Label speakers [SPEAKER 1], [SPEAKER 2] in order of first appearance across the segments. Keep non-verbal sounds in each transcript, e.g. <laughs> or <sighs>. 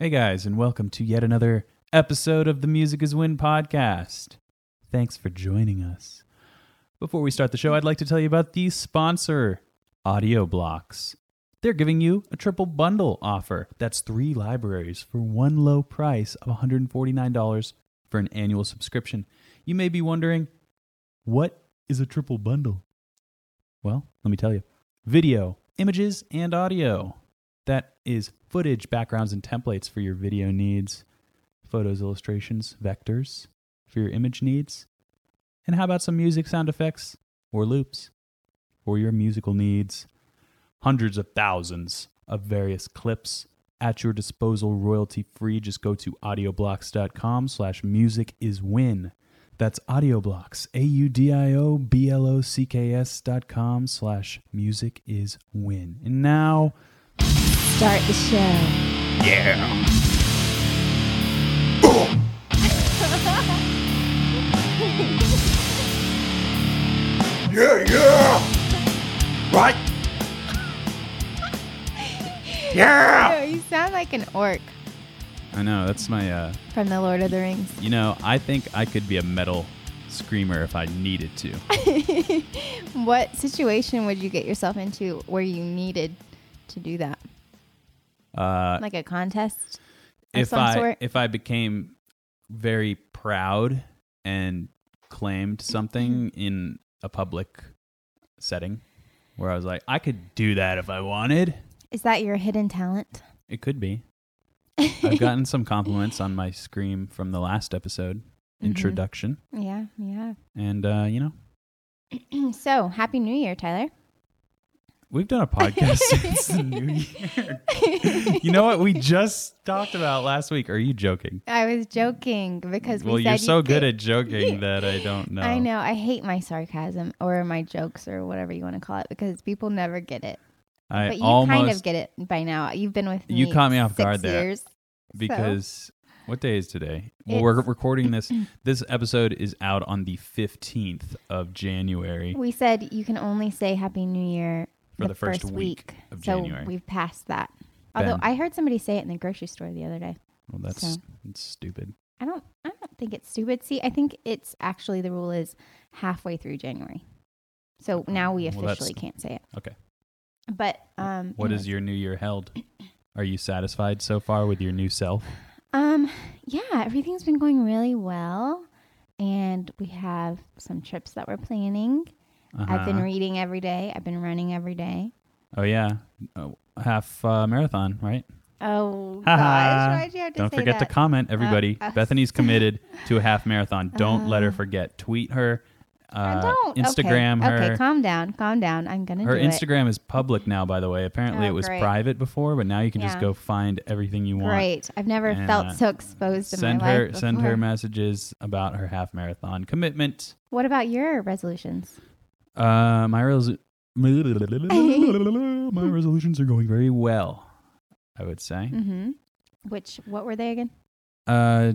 [SPEAKER 1] Hey guys, and welcome to yet another episode of the Music is Win podcast. Thanks for joining us. Before we start the show, I'd like to tell you about the sponsor, Audio Blocks. They're giving you a triple bundle offer. That's three libraries for one low price of $149 for an annual subscription. You may be wondering, what is a triple bundle? Well, let me tell you video, images, and audio. That is footage, backgrounds, and templates for your video needs, photos, illustrations, vectors for your image needs. And how about some music, sound effects, or loops for your musical needs? Hundreds of thousands of various clips at your disposal royalty free. Just go to audioblocks.com slash music is win. That's audioblocks, A-U-D-I-O-B-L-O-C-K-S dot com slash music is win. And now...
[SPEAKER 2] Start the show.
[SPEAKER 3] <laughs> Yeah, yeah.
[SPEAKER 2] <laughs>
[SPEAKER 3] Right? Yeah.
[SPEAKER 2] you sound like an orc
[SPEAKER 1] I know that's my. Uh,
[SPEAKER 2] from the Lord of the Rings. <laughs>
[SPEAKER 1] you know, I think I could be a metal screamer if I needed to.
[SPEAKER 2] What situation would you get yourself into where you needed to do that?
[SPEAKER 1] Uh,
[SPEAKER 2] Like a contest? Of
[SPEAKER 1] if
[SPEAKER 2] some
[SPEAKER 1] I
[SPEAKER 2] sort.
[SPEAKER 1] if I became very proud and claimed something in a public setting, where I was like, I could do that if I wanted.
[SPEAKER 2] Is that your hidden talent?
[SPEAKER 1] It could be.
[SPEAKER 2] <laughs>
[SPEAKER 1] I've gotten some compliments on my scream from the last episode
[SPEAKER 2] Mm-hmm.
[SPEAKER 1] introduction,
[SPEAKER 2] Yeah, yeah. <clears throat>
[SPEAKER 1] and uh, you know,
[SPEAKER 2] so, Happy New Year, Tyler.
[SPEAKER 1] We've done a
[SPEAKER 2] <laughs>
[SPEAKER 1] podcast since the new year. <laughs> you know what we just talked about last week? Are you joking?
[SPEAKER 2] I was joking because we
[SPEAKER 1] Well,
[SPEAKER 2] said
[SPEAKER 1] you're so
[SPEAKER 2] you
[SPEAKER 1] good
[SPEAKER 2] could-
[SPEAKER 1] at joking that I don't know.
[SPEAKER 2] <laughs> I know. I hate my sarcasm or my jokes or whatever you want to call it because people never get it.
[SPEAKER 1] I
[SPEAKER 2] but you
[SPEAKER 1] almost
[SPEAKER 2] kind of get it by now. You've been with me.
[SPEAKER 1] You caught me off
[SPEAKER 2] six
[SPEAKER 1] guard there.
[SPEAKER 2] years.
[SPEAKER 1] because what day is today? Well, we're
[SPEAKER 2] It's-
[SPEAKER 1] recording
[SPEAKER 2] <clears throat>
[SPEAKER 1] this. This episode is out on the 15th of January.
[SPEAKER 2] We said you can only say Happy New Year
[SPEAKER 1] For the first week of
[SPEAKER 2] so
[SPEAKER 1] January.
[SPEAKER 2] We've passed that. Although
[SPEAKER 1] Ben.
[SPEAKER 2] I heard somebody say it in the grocery store the other day.
[SPEAKER 1] Well, that's,
[SPEAKER 2] So.
[SPEAKER 1] that's stupid.
[SPEAKER 2] I don't. I don't think it's stupid. See, I think it's actually the rule is halfway through January. So now we
[SPEAKER 1] Well, that's-
[SPEAKER 2] officially can't say it.
[SPEAKER 1] Okay.
[SPEAKER 2] But um,
[SPEAKER 1] What
[SPEAKER 2] you
[SPEAKER 1] is your new year held? Are you satisfied so far with your new self?
[SPEAKER 2] Um, yeah, everything's been going really well, and we have some trips that we're planning. I've been
[SPEAKER 1] Uh-huh.
[SPEAKER 2] reading every day. I've been running every day.
[SPEAKER 1] oh, yeah. Oh, half uh, marathon, right?
[SPEAKER 2] Oh
[SPEAKER 1] Ha ha.
[SPEAKER 2] gosh, why'd you have to
[SPEAKER 1] Don't
[SPEAKER 2] say
[SPEAKER 1] forget
[SPEAKER 2] that?
[SPEAKER 1] to comment, everybody.
[SPEAKER 2] uh. <laughs>
[SPEAKER 1] Bethany's committed to a half marathon. Don't let her forget. Tweet her.
[SPEAKER 2] I
[SPEAKER 1] Uh,
[SPEAKER 2] don't.
[SPEAKER 1] Instagram
[SPEAKER 2] okay.
[SPEAKER 1] her.
[SPEAKER 2] Okay, calm down, calm down. I'm gonna
[SPEAKER 1] her
[SPEAKER 2] do
[SPEAKER 1] Instagram is public now, by the way. Apparently,
[SPEAKER 2] Oh,
[SPEAKER 1] it was
[SPEAKER 2] great.
[SPEAKER 1] private before, but now you can
[SPEAKER 2] Yeah.
[SPEAKER 1] just go find everything you
[SPEAKER 2] it.
[SPEAKER 1] want.
[SPEAKER 2] Great. I've never
[SPEAKER 1] Yeah.
[SPEAKER 2] felt so exposed in
[SPEAKER 1] Send
[SPEAKER 2] my
[SPEAKER 1] her
[SPEAKER 2] life.
[SPEAKER 1] send
[SPEAKER 2] before.
[SPEAKER 1] her messages about her half marathon commitment.
[SPEAKER 2] What about your resolutions?
[SPEAKER 1] Uh, my res- <laughs> my resolutions are going very well. I would say.
[SPEAKER 2] Mm-hmm. Which what were they again? <laughs>
[SPEAKER 1] Uh,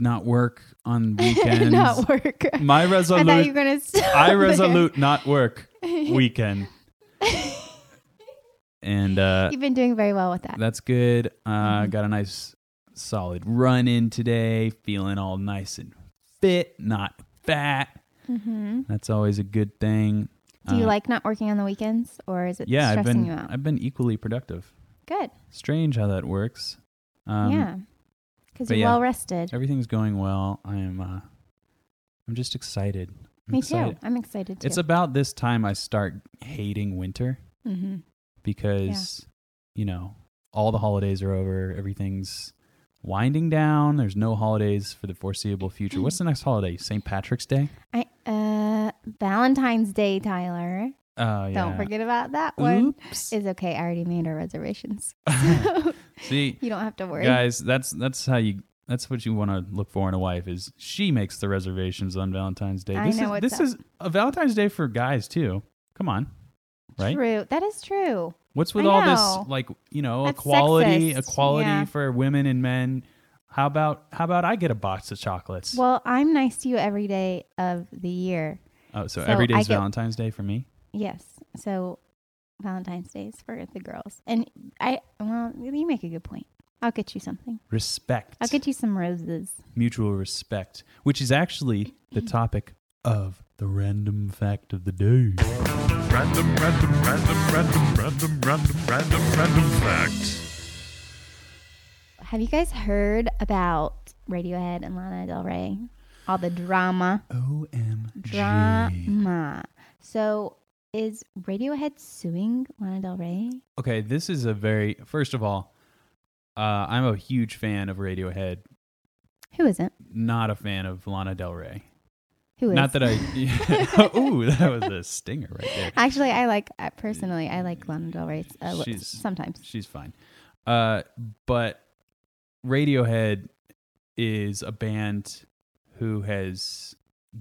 [SPEAKER 1] not work on weekends.
[SPEAKER 2] <laughs> Not
[SPEAKER 1] <laughs>
[SPEAKER 2] work.
[SPEAKER 1] My
[SPEAKER 2] I thought you
[SPEAKER 1] resolution.
[SPEAKER 2] were gonna. stop <laughs>
[SPEAKER 1] I
[SPEAKER 2] there.
[SPEAKER 1] resolute not
[SPEAKER 2] <laughs>
[SPEAKER 1] work weekend, and uh,
[SPEAKER 2] You've been doing very well with that.
[SPEAKER 1] that's good. Uh,
[SPEAKER 2] Mhm.
[SPEAKER 1] Got a nice solid run in today. Feeling all nice and fit, not fat.
[SPEAKER 2] hmm
[SPEAKER 1] That's always a good thing.
[SPEAKER 2] Do you
[SPEAKER 1] Uh,
[SPEAKER 2] like not working on the weekends, or is it
[SPEAKER 1] Yeah, I've
[SPEAKER 2] stressing
[SPEAKER 1] been
[SPEAKER 2] you out?
[SPEAKER 1] I've been equally productive.
[SPEAKER 2] Good.
[SPEAKER 1] Strange how that works. Um,
[SPEAKER 2] yeah. Because
[SPEAKER 1] but
[SPEAKER 2] you're
[SPEAKER 1] yeah.
[SPEAKER 2] well rested.
[SPEAKER 1] everything's going well. I am. Uh, I'm just excited. I'm
[SPEAKER 2] Me
[SPEAKER 1] excited.
[SPEAKER 2] too. I'm excited too.
[SPEAKER 1] It's about this time I start hating winter.
[SPEAKER 2] mm-hmm.
[SPEAKER 1] because you know all the holidays are over everything's winding down there's no holidays for the foreseeable future what's the next holiday st patrick's day
[SPEAKER 2] I uh Valentine's Day, Tyler.
[SPEAKER 1] oh yeah
[SPEAKER 2] Don't forget about that one.
[SPEAKER 1] Oops.
[SPEAKER 2] It's okay. I already made our
[SPEAKER 1] <laughs>
[SPEAKER 2] reservations. <laughs>
[SPEAKER 1] see
[SPEAKER 2] you don't have to worry.
[SPEAKER 1] guys that's that's how you that's what you want to look for in a wife is she makes the reservations on valentine's day
[SPEAKER 2] I
[SPEAKER 1] this
[SPEAKER 2] know
[SPEAKER 1] is
[SPEAKER 2] what's
[SPEAKER 1] this
[SPEAKER 2] up.
[SPEAKER 1] is a valentine's day for guys too come on right
[SPEAKER 2] True. That is true.
[SPEAKER 1] What's with
[SPEAKER 2] I
[SPEAKER 1] all
[SPEAKER 2] know.
[SPEAKER 1] this like you know
[SPEAKER 2] That's
[SPEAKER 1] equality,
[SPEAKER 2] sexist,
[SPEAKER 1] equality
[SPEAKER 2] yeah.
[SPEAKER 1] for women and men? How about how about I get a box of chocolates?
[SPEAKER 2] Well, I'm nice to you every day of the year.
[SPEAKER 1] oh, so,
[SPEAKER 2] so
[SPEAKER 1] every day
[SPEAKER 2] I
[SPEAKER 1] is
[SPEAKER 2] get-
[SPEAKER 1] Valentine's Day for me.
[SPEAKER 2] Yes. So Valentine's Day is for the girls. And I well, you make a good point. I'll get you something.
[SPEAKER 1] Respect.
[SPEAKER 2] I'll get you some roses.
[SPEAKER 1] mutual respect, which is actually the topic of the random fact of the day.
[SPEAKER 4] Random, random, random, random, random, random, random, random fact.
[SPEAKER 2] Have you guys heard about Radiohead and Lana Del Rey? All the drama.
[SPEAKER 1] OMG.
[SPEAKER 2] Drama. So is Radiohead suing Lana Del Rey?
[SPEAKER 1] Okay, this is a very, first of all, uh, I'm a huge fan of Radiohead,
[SPEAKER 2] Who isn't?
[SPEAKER 1] not a fan of Lana Del Rey.
[SPEAKER 2] Who is?
[SPEAKER 1] Not that I, <laughs> ooh, that was a stinger right there.
[SPEAKER 2] <laughs> Actually, I like I- personally. I like Lana Del Rey uh, li-
[SPEAKER 1] She's-
[SPEAKER 2] sometimes.
[SPEAKER 1] She's fine. Uh, but Radiohead is a band who has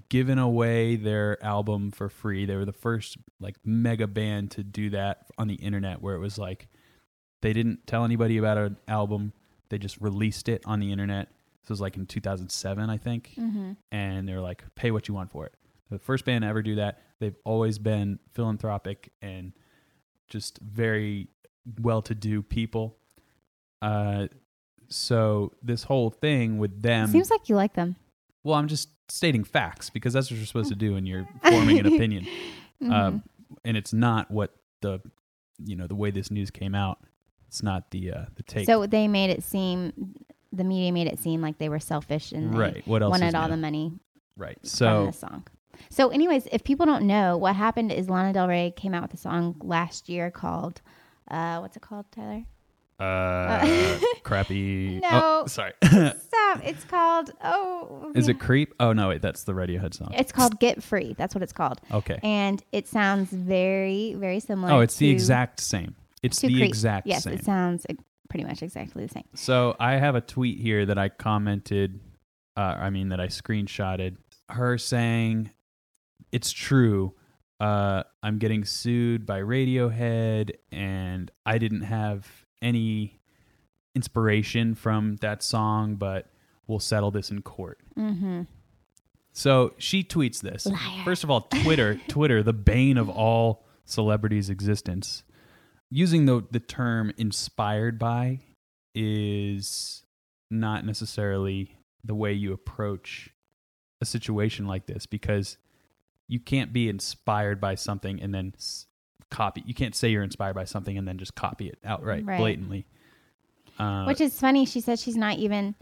[SPEAKER 1] given away their album for free. They were the first like mega band to do that on the internet where it was like they didn't tell anybody about an album. They just released it on the internet. This was like in 2007, I think
[SPEAKER 2] Mm-hmm.
[SPEAKER 1] and they're like, pay what you want for it. The first band to ever do that. They've always been philanthropic and just very well to do people. Uh, so this whole thing with them.
[SPEAKER 2] Seems like you like them.
[SPEAKER 1] well, I'm just stating facts because that's what you're supposed to do when
[SPEAKER 2] <laughs>
[SPEAKER 1] you're forming an opinion.
[SPEAKER 2] Mhm.
[SPEAKER 1] Um, and it's not what the, you know, the way this news came out. It's not the uh, the take.
[SPEAKER 2] so they made it seem the media made it seem like they were selfish and they
[SPEAKER 1] right. What else? is
[SPEAKER 2] wanted all
[SPEAKER 1] new?
[SPEAKER 2] the money
[SPEAKER 1] Right.
[SPEAKER 2] from
[SPEAKER 1] So
[SPEAKER 2] the song. So, anyways, if people don't know, what happened is Lana Del Rey came out with a song last year called, uh, what's it called, Tyler? <laughs>
[SPEAKER 1] uh, crappy.
[SPEAKER 2] No.
[SPEAKER 1] Oh, sorry.
[SPEAKER 2] <laughs> Stop! It's called oh.
[SPEAKER 1] Is it creep? Oh no, wait, that's the Radiohead song.
[SPEAKER 2] It's called Get Free. That's what it's called,
[SPEAKER 1] Okay.
[SPEAKER 2] and it sounds very, very similar.
[SPEAKER 1] Oh, it's the
[SPEAKER 2] to-
[SPEAKER 1] exact same. It's
[SPEAKER 2] to
[SPEAKER 1] the
[SPEAKER 2] Creep.
[SPEAKER 1] exact
[SPEAKER 2] Yes,
[SPEAKER 1] same.
[SPEAKER 2] it sounds uh, pretty much exactly the same.
[SPEAKER 1] so I have a tweet here that I commented. Uh, I mean that I screenshotted her saying, "It's true. Uh, I'm getting sued by Radiohead, and I didn't have any inspiration from that song, but we'll settle this in court."
[SPEAKER 2] Mm-hmm.
[SPEAKER 1] So she tweets this.
[SPEAKER 2] Liar.
[SPEAKER 1] First of all,
[SPEAKER 2] <laughs>
[SPEAKER 1] Twitter, Twitter, the bane of all celebrities' existence, using the the term inspired by is not necessarily the way you approach a situation like this because you can't be inspired by something and then s- copy. You can't say you're inspired by something and then just copy it outright
[SPEAKER 2] Right.
[SPEAKER 1] blatantly. Uh,
[SPEAKER 2] which is funny. She says she's not even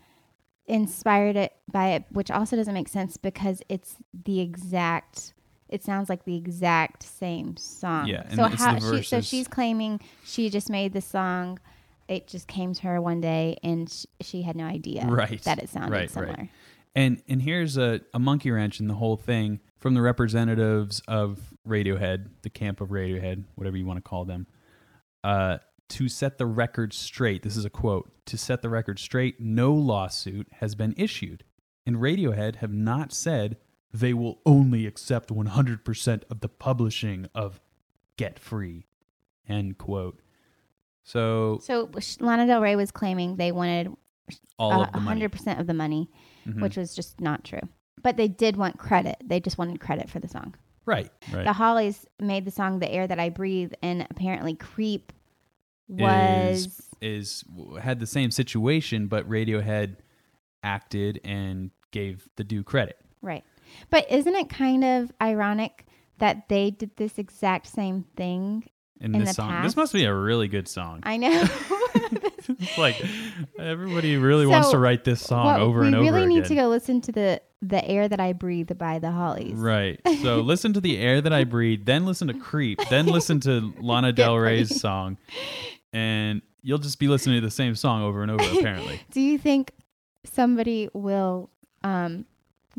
[SPEAKER 2] inspired it by it, which also doesn't make sense because it's the exact. It sounds like the exact same song.
[SPEAKER 1] Yeah, and
[SPEAKER 2] so
[SPEAKER 1] it's
[SPEAKER 2] how?
[SPEAKER 1] the
[SPEAKER 2] She, so
[SPEAKER 1] verses.
[SPEAKER 2] she's claiming she just made the song. It just came to her one day, and sh- she had no idea
[SPEAKER 1] Right,
[SPEAKER 2] that it sounded
[SPEAKER 1] right, right.
[SPEAKER 2] similar.
[SPEAKER 1] And and here's a, a monkey wrench in the whole thing from the representatives of Radiohead, the camp of Radiohead, whatever you want to call them. Uh, to set the record straight, this is a quote. To set the record straight, no lawsuit has been issued, and Radiohead have not said they will only accept 100% of the publishing of Get Free. End quote. So
[SPEAKER 2] So sh- Lana Del Rey was claiming they wanted
[SPEAKER 1] all
[SPEAKER 2] a
[SPEAKER 1] of the money.
[SPEAKER 2] hundred percent of the money,
[SPEAKER 1] Mhm.
[SPEAKER 2] which was just not true. But they did want credit. They just wanted credit for the song.
[SPEAKER 1] right, right.
[SPEAKER 2] the Hollies made the song "The Air That I Breathe," and apparently "Creep" was
[SPEAKER 1] is is had the same situation, but Radiohead acted and gave the due credit.
[SPEAKER 2] right. But isn't it kind of ironic that they did this exact same thing?
[SPEAKER 1] In,
[SPEAKER 2] In
[SPEAKER 1] this
[SPEAKER 2] the
[SPEAKER 1] song,
[SPEAKER 2] past?
[SPEAKER 1] this must be a really good song. <laughs>
[SPEAKER 2] I know. <laughs>
[SPEAKER 1] It's like everybody really
[SPEAKER 2] So,
[SPEAKER 1] wants to write this song
[SPEAKER 2] Well,
[SPEAKER 1] over
[SPEAKER 2] we
[SPEAKER 1] and over
[SPEAKER 2] really need
[SPEAKER 1] again.
[SPEAKER 2] to go listen to the "The Air That I Breathe" by the Hollies.
[SPEAKER 1] Right.
[SPEAKER 2] <laughs>
[SPEAKER 1] So listen to the air that I breathe, then listen to Creep, then listen to Lana Del Rey's song, and you'll just be listening to the same song over and over. Apparently,
[SPEAKER 2] Do you think somebody will um,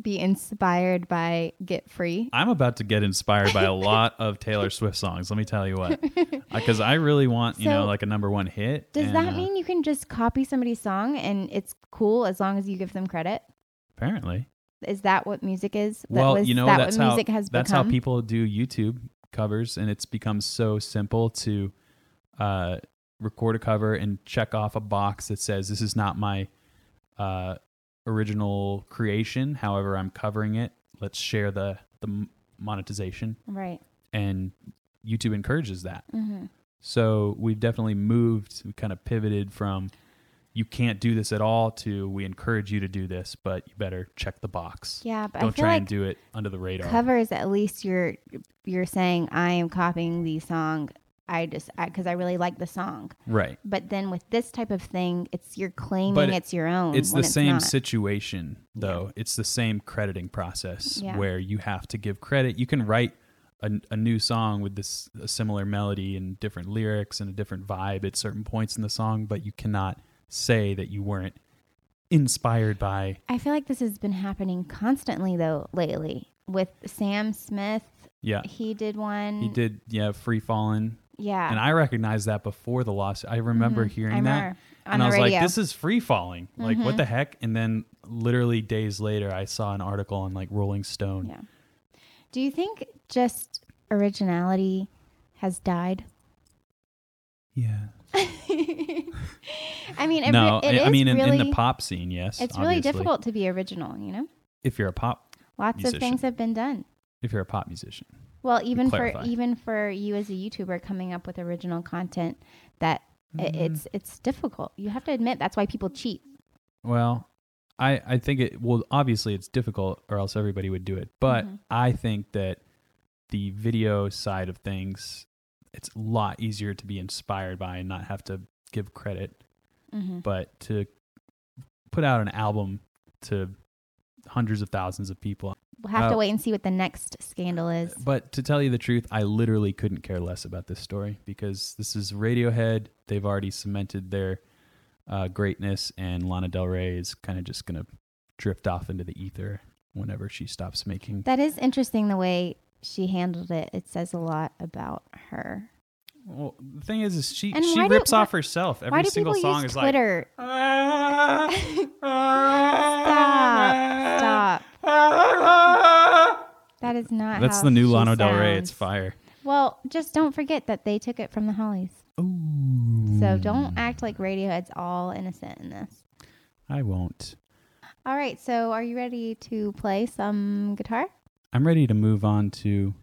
[SPEAKER 2] be inspired by "Get Free"?
[SPEAKER 1] I'm about to get inspired by a lot of Taylor Swift songs. Let me tell you
[SPEAKER 2] <laughs>
[SPEAKER 1] what, because I really want you know
[SPEAKER 2] So,
[SPEAKER 1] like a number one hit.
[SPEAKER 2] Does
[SPEAKER 1] and,
[SPEAKER 2] that
[SPEAKER 1] uh,
[SPEAKER 2] mean you can just copy somebody's song and it's cool as long as you give them credit?
[SPEAKER 1] Apparently.
[SPEAKER 2] Is that what music is? That
[SPEAKER 1] well,
[SPEAKER 2] was-
[SPEAKER 1] you know
[SPEAKER 2] that
[SPEAKER 1] that's
[SPEAKER 2] what
[SPEAKER 1] how
[SPEAKER 2] music has
[SPEAKER 1] that's
[SPEAKER 2] become.
[SPEAKER 1] how people do YouTube covers, and it's become so simple to uh, record a cover and check off a box that says this is not my uh, original creation. However, I'm covering it. Let's share the the m- monetization,
[SPEAKER 2] right.
[SPEAKER 1] and YouTube encourages that.
[SPEAKER 2] hmm
[SPEAKER 1] So we've definitely moved. We kind of pivoted from you can't do this at all to we encourage you to do this, but you better check the box.
[SPEAKER 2] Yeah, but I
[SPEAKER 1] Don't
[SPEAKER 2] feel
[SPEAKER 1] try
[SPEAKER 2] like
[SPEAKER 1] and do it under the radar.
[SPEAKER 2] covers at least you're you're saying I am copying the song. I just because I, really like the song.
[SPEAKER 1] right.
[SPEAKER 2] But then with this type of thing, it's you're claiming
[SPEAKER 1] But it-
[SPEAKER 2] it's your own.
[SPEAKER 1] It's the
[SPEAKER 2] when
[SPEAKER 1] same
[SPEAKER 2] not.
[SPEAKER 1] situation though. It's the same crediting process
[SPEAKER 2] Yeah.
[SPEAKER 1] where you have to give credit. You can write a, a new song with this a similar melody and different lyrics and a different vibe at certain points in the song, but you cannot say that you weren't inspired by
[SPEAKER 2] I feel like this has been happening constantly though lately with Sam Smith.
[SPEAKER 1] yeah.
[SPEAKER 2] He did one.
[SPEAKER 1] He did yeah, Free Fallen.
[SPEAKER 2] Yeah. Mm-hmm.
[SPEAKER 1] And I recognized that before the lawsuit. I remember hearing
[SPEAKER 2] I
[SPEAKER 1] that.
[SPEAKER 2] remember on
[SPEAKER 1] and
[SPEAKER 2] the
[SPEAKER 1] I was
[SPEAKER 2] radio. Mm-hmm.
[SPEAKER 1] like, this is free falling. Like, what the heck? And then literally days later, I saw an article on like Rolling Stone.
[SPEAKER 2] Yeah. Do you think just originality has died?
[SPEAKER 1] Yeah.
[SPEAKER 2] <laughs> I mean, it,
[SPEAKER 1] no,
[SPEAKER 2] re- it
[SPEAKER 1] I, I
[SPEAKER 2] is
[SPEAKER 1] mean, in,
[SPEAKER 2] really,
[SPEAKER 1] in the pop scene, yes.
[SPEAKER 2] it's really
[SPEAKER 1] obviously.
[SPEAKER 2] difficult to be original, you know?
[SPEAKER 1] If you're a pop,
[SPEAKER 2] Lots of
[SPEAKER 1] Musician.
[SPEAKER 2] things have been done.
[SPEAKER 1] if you're a pop musician.
[SPEAKER 2] Well, even for
[SPEAKER 1] clarify.
[SPEAKER 2] even for you as a YouTuber coming up with original content that i-
[SPEAKER 1] Mm-hmm.
[SPEAKER 2] it's it's difficult. You have to admit that's why people cheat.
[SPEAKER 1] Mm-hmm. Well, I, I think it, well, obviously it's difficult or else everybody would do it. But
[SPEAKER 2] Mm-hmm.
[SPEAKER 1] I think that the video side of things, it's a lot easier to be inspired by and not have to give credit
[SPEAKER 2] Mm-hmm.
[SPEAKER 1] but to put out an album to hundreds of thousands of people.
[SPEAKER 2] We'll have to
[SPEAKER 1] Uh,
[SPEAKER 2] wait and see what the next scandal is.
[SPEAKER 1] But to tell you the truth, I literally couldn't care less about this story because this is Radiohead. They've already cemented their uh, greatness, and Lana Del Rey is kind of just going to drift off into the ether whenever she stops making.
[SPEAKER 2] That is interesting the way she handled it. It says a lot about her.
[SPEAKER 1] Well, the thing is, is she
[SPEAKER 2] And
[SPEAKER 1] she
[SPEAKER 2] why do-
[SPEAKER 1] rips off
[SPEAKER 2] why-
[SPEAKER 1] herself. Every
[SPEAKER 2] why do
[SPEAKER 1] single
[SPEAKER 2] people
[SPEAKER 1] song
[SPEAKER 2] use
[SPEAKER 1] is like
[SPEAKER 2] Twitter? Stop! That is not.
[SPEAKER 1] "Ah, that's
[SPEAKER 2] how
[SPEAKER 1] the new
[SPEAKER 2] she
[SPEAKER 1] Lana Del Rey. It's
[SPEAKER 2] sounds.
[SPEAKER 1] fire.
[SPEAKER 2] Well, just don't forget that they took it from the Hollies.
[SPEAKER 1] Ooh.
[SPEAKER 2] So don't act like Radiohead's all innocent in this.
[SPEAKER 1] I won't.
[SPEAKER 2] All right, so are you ready to play some guitar?
[SPEAKER 1] I'm ready to move on to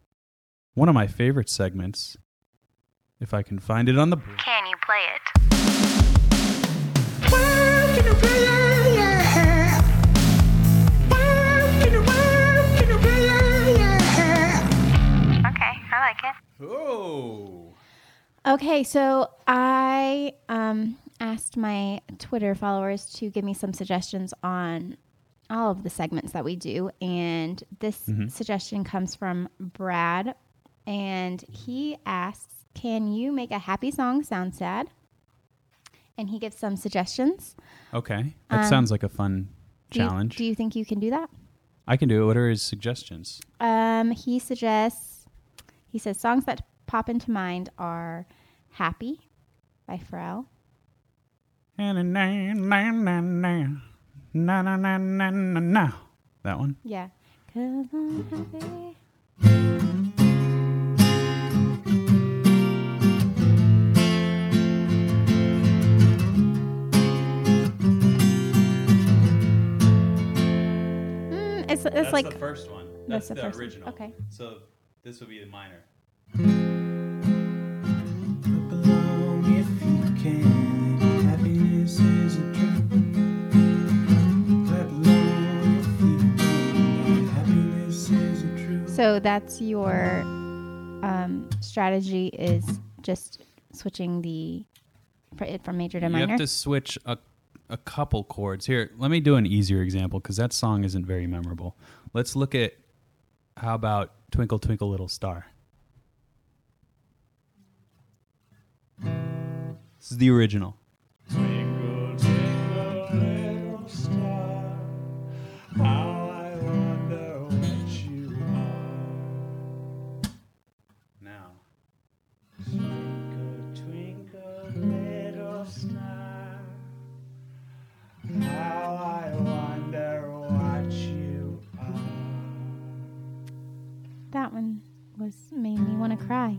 [SPEAKER 1] one of my favorite segments. If I can find it on the
[SPEAKER 5] Can you play it? Okay, I like it.
[SPEAKER 1] Oh.
[SPEAKER 2] Okay, so I um, asked my Twitter followers to give me some suggestions on all of the segments that we do, and this suggestion comes from Brad, and he asks, "Can you make a happy song sound sad?" And he gives some suggestions.
[SPEAKER 1] Okay. That sounds like a fun
[SPEAKER 2] Um, Do you-
[SPEAKER 1] challenge.
[SPEAKER 2] do you think you can do that?
[SPEAKER 1] I can do it. What are his suggestions?
[SPEAKER 2] Um, he suggests he says songs that pop into mind are "Happy" by Pharrell,
[SPEAKER 1] That one?
[SPEAKER 2] yeah, Mm, 'Cause I'm happy. Mm, It's, it's like
[SPEAKER 1] first one.
[SPEAKER 2] That's That's the the first one. original. Okay.
[SPEAKER 1] So this would be the minor.
[SPEAKER 2] so that's your um, strategy is just switching the fr- it from major to
[SPEAKER 1] You
[SPEAKER 2] minor.
[SPEAKER 1] have to switch a, a couple chords. Here, let me do an easier example because that song isn't very memorable. Let's look at how about Twinkle Twinkle Little Star? This is the original.
[SPEAKER 4] Twinkle, twinkle, little star, how I wonder what you are.
[SPEAKER 1] Now.
[SPEAKER 4] Twinkle, twinkle, little star, how I wonder what you are.
[SPEAKER 2] That one was made me want to cry.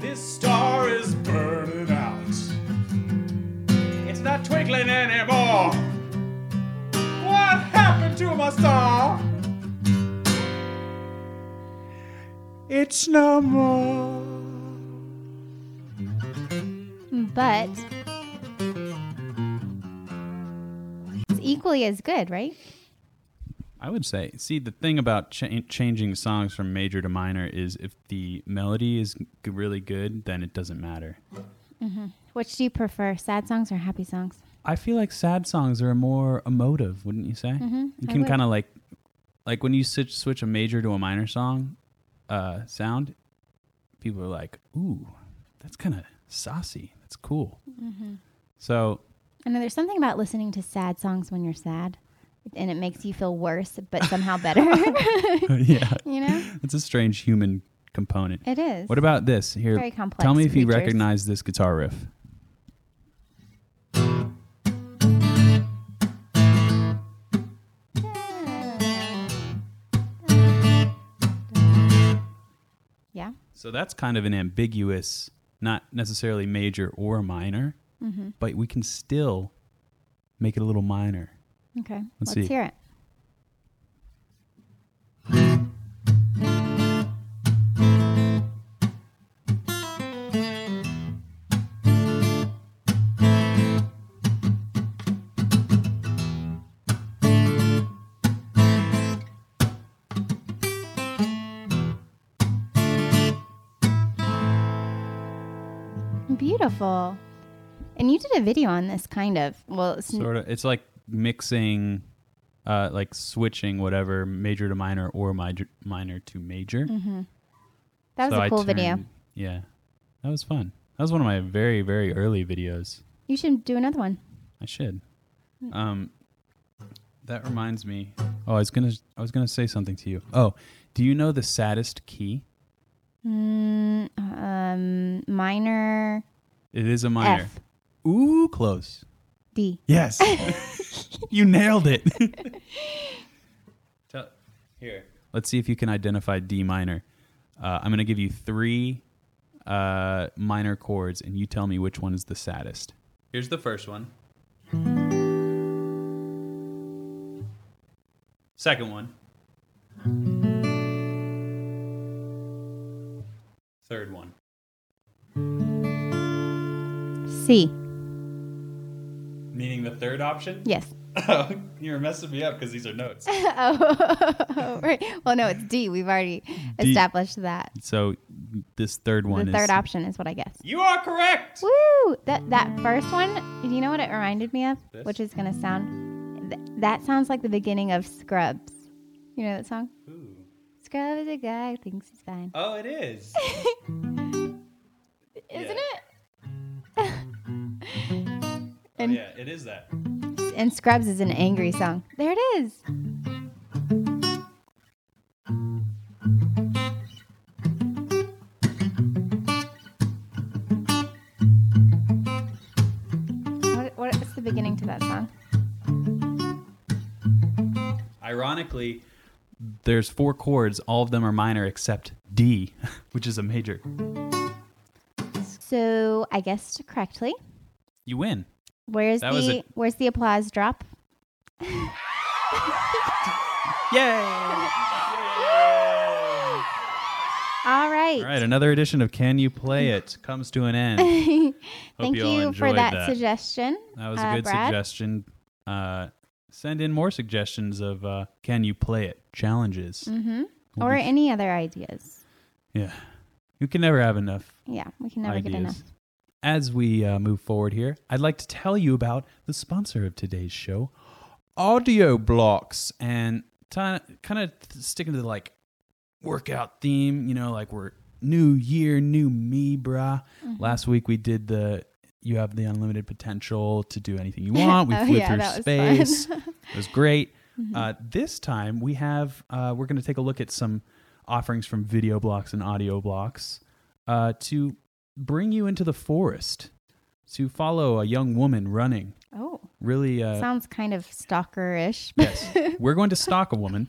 [SPEAKER 4] This star is burning out. It's not twinkling anymore. What happened?
[SPEAKER 6] summer song. It's no more.
[SPEAKER 2] But it's equally as good, right?
[SPEAKER 1] I would say. See, the thing about cha- changing songs from major to minor is if the melody is g- really good, then it doesn't matter.
[SPEAKER 2] Which do you prefer, sad songs or happy songs?
[SPEAKER 1] I feel like sad songs are more emotive, wouldn't you say? you
[SPEAKER 2] Mm-hmm. I
[SPEAKER 1] can
[SPEAKER 2] would.
[SPEAKER 1] kind of like, like when you switch, switch a major to a minor song, uh, sound, people are like, "Ooh, that's kind of saucy. That's cool."
[SPEAKER 2] Mm-hmm.
[SPEAKER 1] So <laughs>
[SPEAKER 2] I know there's something about listening to sad songs when you're sad, and it makes you feel worse, but somehow <laughs> better.
[SPEAKER 1] yeah,
[SPEAKER 2] you know,
[SPEAKER 1] it's a strange human component.
[SPEAKER 2] it is.
[SPEAKER 1] What about this here?
[SPEAKER 2] Very complex
[SPEAKER 1] Tell me if you
[SPEAKER 2] creatures.
[SPEAKER 1] recognize this guitar riff.
[SPEAKER 2] yeah.
[SPEAKER 1] So that's kind of an ambiguous, not necessarily major or minor,
[SPEAKER 2] Mm-hmm.
[SPEAKER 1] but we can still make it a little minor.
[SPEAKER 2] Okay.
[SPEAKER 1] Let's
[SPEAKER 2] Let's,
[SPEAKER 1] see.
[SPEAKER 2] hear it. Beautiful. And you did a video on this kind of. Well, it's
[SPEAKER 1] Sort of, it's like mixing, uh, like switching whatever major to minor or major, minor to major.
[SPEAKER 2] that was
[SPEAKER 1] So
[SPEAKER 2] a
[SPEAKER 1] I
[SPEAKER 2] cool video.
[SPEAKER 1] turned- Yeah, that was fun. That was one of my very very early videos.
[SPEAKER 2] You should do another one.
[SPEAKER 1] I should. Um, that reminds me. Oh, I was gonna I was gonna say something to you. Oh, do you know the saddest key?
[SPEAKER 2] Mm, um, minor
[SPEAKER 1] It is a minor.
[SPEAKER 2] F
[SPEAKER 1] Ooh, close.
[SPEAKER 2] D.
[SPEAKER 1] Yes. <laughs> you nailed it. Tell, here. Let's see if you can identify D minor. Uh, I'm going to give you three uh, minor chords, and you tell me which one is the saddest. Here's the first one. Second one. Third one.
[SPEAKER 2] C.
[SPEAKER 1] Meaning the third option? <laughs> Oh,
[SPEAKER 2] Yes. <laughs>
[SPEAKER 1] You're messing me up because these are notes.
[SPEAKER 2] oh, <laughs> right. Well, no, it's D. We've already established that.
[SPEAKER 1] So this third one
[SPEAKER 2] the
[SPEAKER 1] is
[SPEAKER 2] third option is what I guess.
[SPEAKER 1] You are correct.
[SPEAKER 2] Woo! That that first one. You know what it reminded me of? Which is gonna sound. Th- that sounds like the beginning of Scrubs. You know that song? Scrub is a guy who thinks he's fine.
[SPEAKER 1] Oh, it
[SPEAKER 2] <laughs>
[SPEAKER 1] is.
[SPEAKER 2] Isn't it?
[SPEAKER 1] yeah, it is that.
[SPEAKER 2] And Scrubs is an angry song. There it is. What, what is the beginning to that song?
[SPEAKER 1] Ironically, there's four chords. All of them are minor except D, <laughs> which is a major.
[SPEAKER 2] So I guessed correctly.
[SPEAKER 1] You win.
[SPEAKER 2] Where's
[SPEAKER 1] That was
[SPEAKER 2] the
[SPEAKER 1] a-
[SPEAKER 2] where's the
[SPEAKER 1] <laughs>
[SPEAKER 2] applause drop?
[SPEAKER 1] Yay!
[SPEAKER 2] All right.
[SPEAKER 1] All right, another edition of Can You
[SPEAKER 2] <laughs>
[SPEAKER 1] Play It comes to an end.
[SPEAKER 2] Thank
[SPEAKER 1] you all
[SPEAKER 2] you for
[SPEAKER 1] enjoyed
[SPEAKER 2] that,
[SPEAKER 1] that.
[SPEAKER 2] suggestion.
[SPEAKER 1] That was
[SPEAKER 2] uh,
[SPEAKER 1] a good
[SPEAKER 2] Brad.
[SPEAKER 1] suggestion. Uh, send in more suggestions of uh, Can You Play It challenges.
[SPEAKER 2] Mm-hmm.
[SPEAKER 1] We'll
[SPEAKER 2] Or
[SPEAKER 1] be-
[SPEAKER 2] any other ideas.
[SPEAKER 1] Yeah. You can never have enough
[SPEAKER 2] Yeah, we can never
[SPEAKER 1] ideas.
[SPEAKER 2] get enough.
[SPEAKER 1] As we uh, move forward here, I'd like to tell you about the sponsor of today's show, Audio Blocks, and kind of sticking to the like workout theme. You know, like we're new year, new me, brah.
[SPEAKER 2] Mm-hmm.
[SPEAKER 1] Last week we did the you have the unlimited potential to do anything you want. We
[SPEAKER 2] <laughs> Oh,
[SPEAKER 1] flew
[SPEAKER 2] yeah,
[SPEAKER 1] through
[SPEAKER 2] that was fun. <laughs> Mm-hmm.
[SPEAKER 1] space. it was great. Uh, this time we have uh, we're going to take a look at some offerings from video blocks and audio blocks uh, to bring you into the forest to follow a young woman running.
[SPEAKER 2] Oh.
[SPEAKER 1] Really, uh,
[SPEAKER 2] Sounds kind of stalker-ish. <laughs>
[SPEAKER 1] yes, we're going to stalk a woman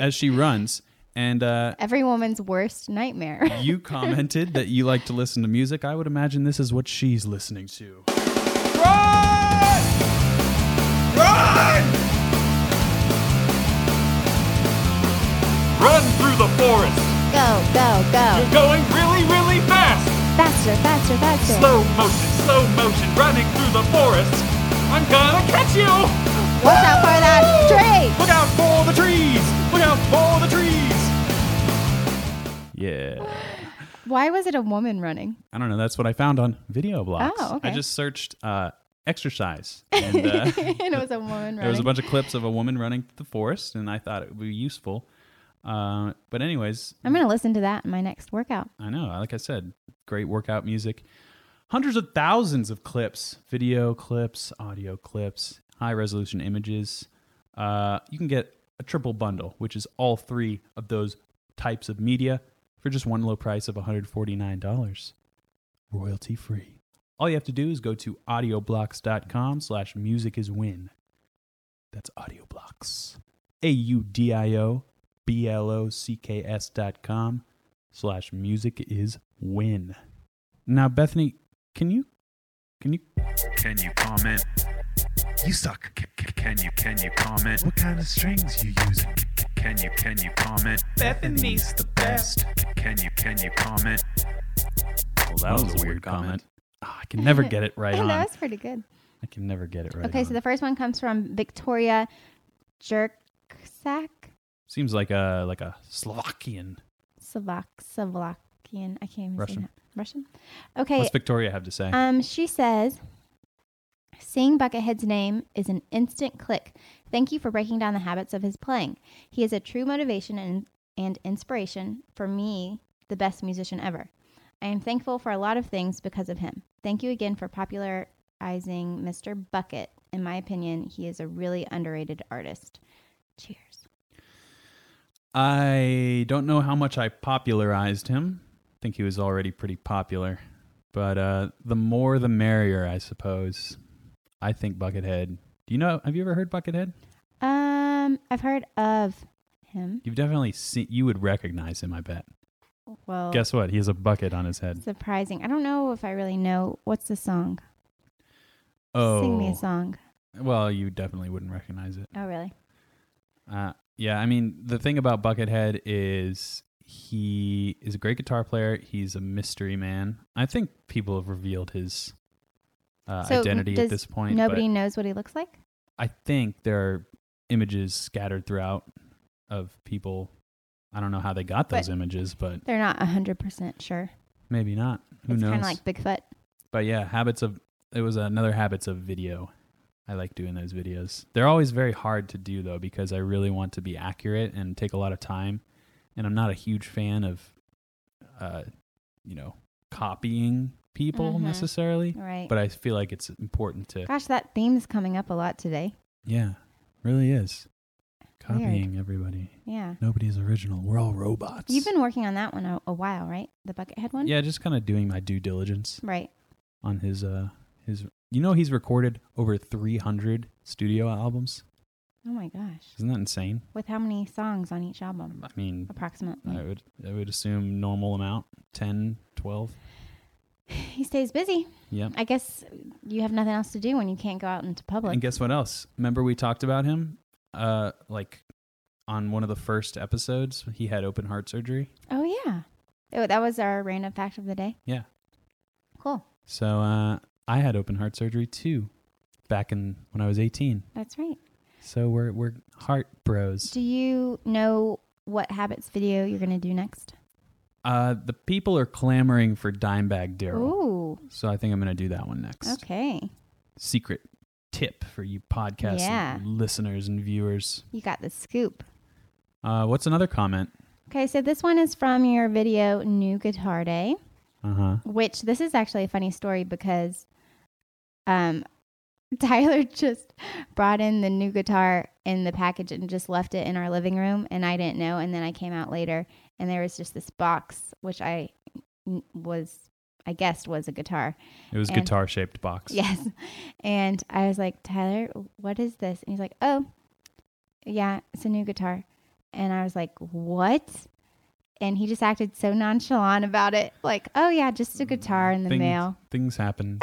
[SPEAKER 1] <laughs> as she runs. And uh,
[SPEAKER 2] Every woman's worst nightmare.
[SPEAKER 1] you commented that you like to listen to music. I would imagine this is what she's listening to.
[SPEAKER 3] Run! Run!
[SPEAKER 7] Run through the forest.
[SPEAKER 2] Go, <laughs> go, go.
[SPEAKER 7] You're going really, really fast.
[SPEAKER 2] Faster, faster, faster.
[SPEAKER 7] Slow motion, slow motion, running through the forest. I'm gonna catch you!
[SPEAKER 2] Watch out for that tree.
[SPEAKER 7] Look out for the trees! Look out for the trees!
[SPEAKER 1] Yeah.
[SPEAKER 2] Why was it a
[SPEAKER 1] <laughs>
[SPEAKER 2] woman running? <laughs>
[SPEAKER 1] I don't know. That's what I found on video blocks.
[SPEAKER 2] Oh, okay.
[SPEAKER 1] I just searched uh,
[SPEAKER 2] <laughs>
[SPEAKER 1] exercise, and uh,
[SPEAKER 2] and it was a woman running.
[SPEAKER 1] there was a bunch of clips of a woman running through the forest, and I thought it would be useful. Uh, but anyways,
[SPEAKER 2] I'm going to listen to that in my next workout.
[SPEAKER 1] I know. Like I said, great workout music. Hundreds of thousands of clips, video clips, audio clips, high resolution images. Uh, you can get a triple bundle, which is all three of those types of media for just one low price of $149. Royalty free. All you have to do is go to audioblocks.com slash music is win. That's audioblocks. A-U-D-I-O B-L-O-C-K-S dot com slash music is win. Now, Bethany, can you, can you,
[SPEAKER 4] Can you comment? You suck. C- c- Can you can you comment? What kind of strings you using? C- c- Can you can you comment? Bethany's the best. Can you can you comment?
[SPEAKER 1] well, Oh, that was a weird comment. Ah, I can
[SPEAKER 2] <laughs>
[SPEAKER 1] never get it right on.
[SPEAKER 2] that was pretty good.
[SPEAKER 1] I can never get it right
[SPEAKER 2] okay, so
[SPEAKER 1] on.
[SPEAKER 2] the first one comes from Victoria Jerksack.
[SPEAKER 1] Seems like a, like a Slovakian.
[SPEAKER 2] Slovak, Slovakian. I can't even
[SPEAKER 1] Russian.
[SPEAKER 2] say that. Russian. Okay.
[SPEAKER 1] What's Victoria have to say?
[SPEAKER 2] Um, she says, seeing Buckethead's name is an instant click. Thank you for breaking down the habits of his playing. He is a true motivation and, and inspiration for me, the best musician ever. I am thankful for a lot of things because of him. Thank you again for popularizing Mr. Bucket. In my opinion, he is a really underrated artist. Cheers.
[SPEAKER 1] I don't know how much I popularized him. I think he was already pretty popular. But uh, the more the merrier, I suppose. I think Buckethead. Do you know? Have you ever heard Buckethead?
[SPEAKER 2] Um, I've heard of him.
[SPEAKER 1] You've definitely seen. You would recognize him, I bet.
[SPEAKER 2] Well,
[SPEAKER 1] Guess what? He has a bucket on his head.
[SPEAKER 2] surprising. I don't know if I really know what's the song.
[SPEAKER 1] Oh,
[SPEAKER 2] Sing me a song.
[SPEAKER 1] well, you definitely wouldn't recognize it.
[SPEAKER 2] Oh, really?
[SPEAKER 1] Uh, yeah, I mean, the thing about Buckethead is he is a great guitar player. He's a mystery man. I think people have revealed his uh,
[SPEAKER 2] So,
[SPEAKER 1] identity
[SPEAKER 2] does
[SPEAKER 1] at this point. but-
[SPEAKER 2] Nobody knows what he looks like.
[SPEAKER 1] I think there are images scattered throughout of people. I don't know how they got those
[SPEAKER 2] But-
[SPEAKER 1] images, but
[SPEAKER 2] They're not hundred percent sure.
[SPEAKER 1] maybe not. Who
[SPEAKER 2] it's
[SPEAKER 1] knows?
[SPEAKER 2] kind of like Bigfoot.
[SPEAKER 1] but yeah, habits of it was another habits of video. I like doing those videos. They're always very hard to do though because I really want to be accurate and take a lot of time, and I'm not a huge fan of, uh, you know, copying people
[SPEAKER 2] Mhm.
[SPEAKER 1] necessarily.
[SPEAKER 2] Right.
[SPEAKER 1] But I feel like it's important to
[SPEAKER 2] Gosh, that theme is coming up a lot today.
[SPEAKER 1] yeah, really is
[SPEAKER 2] Weird.
[SPEAKER 1] copying everybody.
[SPEAKER 2] Yeah.
[SPEAKER 1] Nobody's original. We're all robots.
[SPEAKER 2] You've been working on that one a, a while, right? The Buckethead one?
[SPEAKER 1] yeah, just kind of doing my due diligence
[SPEAKER 2] Right.
[SPEAKER 1] on his uh his. You know, he's recorded over 300 studio albums.
[SPEAKER 2] Oh my gosh.
[SPEAKER 1] Isn't that insane?
[SPEAKER 2] With how many songs on each album?
[SPEAKER 1] I mean,
[SPEAKER 2] Approximately.
[SPEAKER 1] I would I would assume normal amount 10, 12.
[SPEAKER 2] He stays busy.
[SPEAKER 1] Yep.
[SPEAKER 2] I guess you have nothing else to do when you can't go out into public.
[SPEAKER 1] And guess what else? Remember we talked about him uh like on one of the first episodes he had open heart surgery.
[SPEAKER 2] oh yeah. Oh, that was our random fact of the day.
[SPEAKER 1] Yeah.
[SPEAKER 2] Cool.
[SPEAKER 1] So uh I had open heart surgery too back in when I was 18.
[SPEAKER 2] That's right.
[SPEAKER 1] So we're we're heart bros.
[SPEAKER 2] Do you know what habits video you're going to do next?
[SPEAKER 1] Uh, the people are clamoring for Dimebag Daryl,
[SPEAKER 2] Ooh,
[SPEAKER 1] so I think I'm going to do that one next.
[SPEAKER 2] okay.
[SPEAKER 1] Secret tip for you podcast
[SPEAKER 2] Yeah.
[SPEAKER 1] listeners and viewers.
[SPEAKER 2] You got the scoop.
[SPEAKER 1] Uh, what's another comment?
[SPEAKER 2] Okay, so this one is from your video New Guitar Day,
[SPEAKER 1] Uh huh.
[SPEAKER 2] which this is actually a funny story because um <laughs> Tyler just brought in the new guitar in the package and just left it in our living room and I didn't know and then I came out later and there was just this box which I n- was I guessed was a guitar
[SPEAKER 1] It was
[SPEAKER 2] And-
[SPEAKER 1] guitar shaped box.
[SPEAKER 2] Yes. And I was like, Tyler, what is this? And he's like, oh, yeah, it's a new guitar. And I was like, what? And he just acted so nonchalant about it. Like, oh, yeah, just a
[SPEAKER 1] Mm,
[SPEAKER 2] guitar in the
[SPEAKER 1] Things-
[SPEAKER 2] mail.
[SPEAKER 1] Things
[SPEAKER 2] <laughs>
[SPEAKER 1] happen.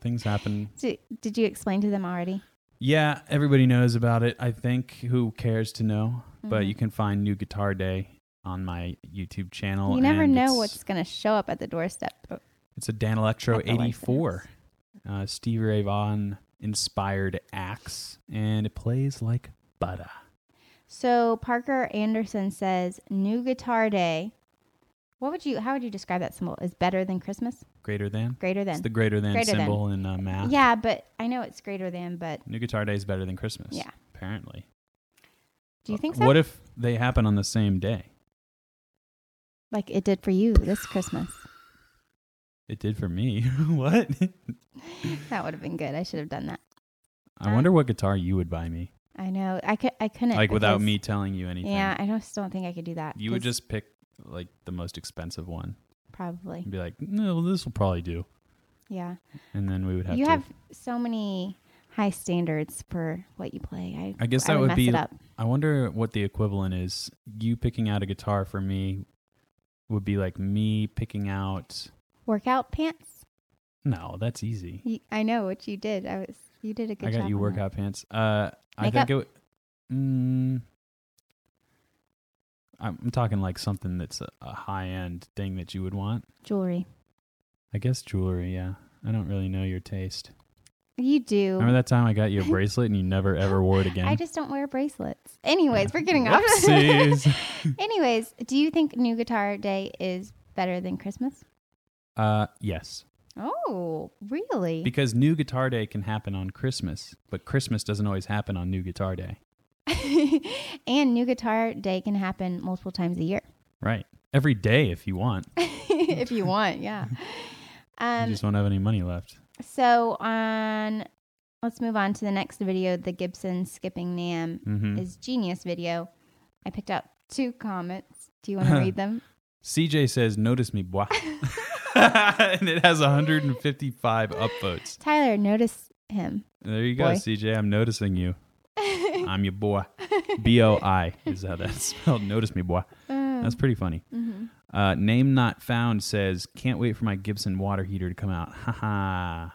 [SPEAKER 1] things happen.
[SPEAKER 2] Did, did you explain to them already?
[SPEAKER 1] Yeah, everybody knows about it. I think. Who cares to know?
[SPEAKER 2] Mm-hmm.
[SPEAKER 1] but you can find New Guitar Day on my YouTube channel.
[SPEAKER 2] you never
[SPEAKER 1] Oh, and
[SPEAKER 2] know
[SPEAKER 1] it's-
[SPEAKER 2] what's going to show up at the doorstep. Oh,
[SPEAKER 1] It's a Dan Electro
[SPEAKER 2] Not the license.
[SPEAKER 1] 84, uh, Stevie Ray Vaughan inspired axe, and it plays like butter.
[SPEAKER 2] So Parker Anderson says New Guitar Day. What would you? How would you describe that symbol? Is better than Christmas?
[SPEAKER 1] Greater than?
[SPEAKER 2] Greater
[SPEAKER 1] It's
[SPEAKER 2] than?
[SPEAKER 1] the greater than
[SPEAKER 2] Greater than.
[SPEAKER 1] symbol in uh, math.
[SPEAKER 2] yeah, but I know it's greater than. But
[SPEAKER 1] New Guitar Day is better than Christmas.
[SPEAKER 2] Yeah.
[SPEAKER 1] Apparently.
[SPEAKER 2] do
[SPEAKER 1] Uh,
[SPEAKER 2] you think so?
[SPEAKER 1] What if they happen on the same day?
[SPEAKER 2] like it did for you this Christmas?
[SPEAKER 1] It did for me. <laughs> what?
[SPEAKER 2] <laughs> That would have been good. I should have done that. Uh,
[SPEAKER 1] I wonder what guitar you would buy me.
[SPEAKER 2] I know. I could. I couldn't.
[SPEAKER 1] Like without
[SPEAKER 2] because-
[SPEAKER 1] me telling you anything.
[SPEAKER 2] Yeah, I just don't think I could do that.
[SPEAKER 1] You would
[SPEAKER 2] 'cause-
[SPEAKER 1] just pick like the most expensive one
[SPEAKER 2] probably.
[SPEAKER 1] and be like, no, this will probably do.
[SPEAKER 2] Yeah.
[SPEAKER 1] And then we would have
[SPEAKER 2] you
[SPEAKER 1] to.
[SPEAKER 2] have so many high standards for what you play. I,
[SPEAKER 1] I guess
[SPEAKER 2] I
[SPEAKER 1] that
[SPEAKER 2] would,
[SPEAKER 1] would
[SPEAKER 2] mess
[SPEAKER 1] be-
[SPEAKER 2] It up.
[SPEAKER 1] I wonder what the equivalent is. You picking out a guitar for me would be like me picking out.
[SPEAKER 2] Workout pants.
[SPEAKER 1] No, that's easy.
[SPEAKER 2] You, I know what you did. I was. You did a good
[SPEAKER 1] I
[SPEAKER 2] job.
[SPEAKER 1] got you
[SPEAKER 2] on that.
[SPEAKER 1] workout pants. Uh, I
[SPEAKER 2] Makeup?
[SPEAKER 1] think it. would mm, I'm I'm talking like something that's a, a high end thing that you would want.
[SPEAKER 2] jewelry.
[SPEAKER 1] I guess jewelry. Yeah, I don't really know your taste.
[SPEAKER 2] You do.
[SPEAKER 1] Remember that time I got you a bracelet and you never ever wore it again.
[SPEAKER 2] I just don't wear bracelets. Anyways, we're getting off.
[SPEAKER 1] Whoopsies.
[SPEAKER 2] <laughs>
[SPEAKER 1] <laughs>
[SPEAKER 2] Anyways, do you think New Guitar Day is better than Christmas?
[SPEAKER 1] uh, yes,
[SPEAKER 2] Oh, really?
[SPEAKER 1] because New Guitar Day can happen on Christmas, but Christmas doesn't always happen on New Guitar Day.
[SPEAKER 2] <laughs> and New Guitar Day can happen multiple times a year <laughs>
[SPEAKER 1] Right. Every day, if you want.
[SPEAKER 2] if you want. Yeah.
[SPEAKER 1] <laughs> you
[SPEAKER 2] Um,
[SPEAKER 1] just won't have any money left.
[SPEAKER 2] So on, let's move on to the next video. The Gibson skipping Nam
[SPEAKER 1] Mhm.
[SPEAKER 2] is genius video. I picked out two comments. Do you want
[SPEAKER 1] <laughs>
[SPEAKER 2] to read them?
[SPEAKER 1] CJ says, "Notice me,
[SPEAKER 2] <laughs>
[SPEAKER 1] boy," <laughs> and it has 155 upvotes.
[SPEAKER 2] Tyler, notice him.
[SPEAKER 1] There you go,
[SPEAKER 2] Boy.
[SPEAKER 1] CJ. I'm noticing
[SPEAKER 2] <laughs>
[SPEAKER 1] you. I'm your boy. B O I is how that's <laughs> spelled. Notice me, boy.
[SPEAKER 2] Oh.
[SPEAKER 1] That's pretty funny.
[SPEAKER 2] Mm-hmm.
[SPEAKER 1] Uh, Name not found says, "Can't wait for my Gibson water heater to come out." Ha ha.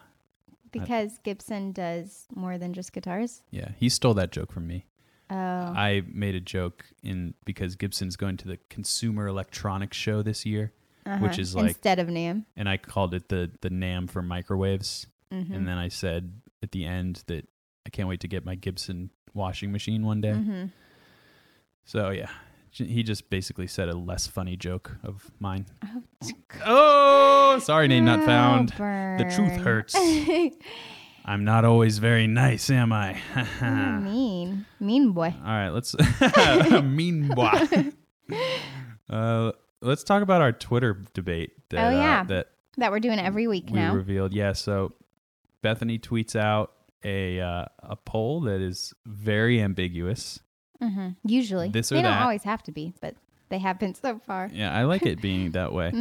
[SPEAKER 2] Because Gibson does more than just guitars.
[SPEAKER 1] Yeah, he stole that joke from me.
[SPEAKER 2] Oh,
[SPEAKER 1] I made a joke in because Gibson's going to the Consumer Electronics Show this year, which is like
[SPEAKER 2] uh-huh. instead of Nam.
[SPEAKER 1] and I called it the the Nam for microwaves.
[SPEAKER 2] Mm-hmm.
[SPEAKER 1] <laughs> And then I said at the end that I can't wait to get my Gibson washing machine one day.
[SPEAKER 2] Mm-hmm.
[SPEAKER 1] So yeah, j- he just basically said a less funny joke of mine. Oh, sorry, name not found. The truth
[SPEAKER 2] <laughs>
[SPEAKER 1] hurts. I'm not always very nice, am I? Ah.
[SPEAKER 2] Mm. mean, mean boy.
[SPEAKER 1] <laughs> All right, let's <laughs> mean
[SPEAKER 2] <laughs>
[SPEAKER 1] boy. uh, let's talk about our Twitter debate. That,
[SPEAKER 2] Oh,
[SPEAKER 1] uh,
[SPEAKER 2] yeah.
[SPEAKER 1] that
[SPEAKER 2] That we're doing every week
[SPEAKER 1] we
[SPEAKER 2] now.
[SPEAKER 1] revealed. Yeah, so Bethany tweets out a uh, a poll that is very ambiguous.
[SPEAKER 2] hmm Usually,
[SPEAKER 1] This or
[SPEAKER 2] they don't
[SPEAKER 1] that.
[SPEAKER 2] always have to be, but they have been so far. Mm-hmm.
[SPEAKER 1] Yeah, I like it being that way.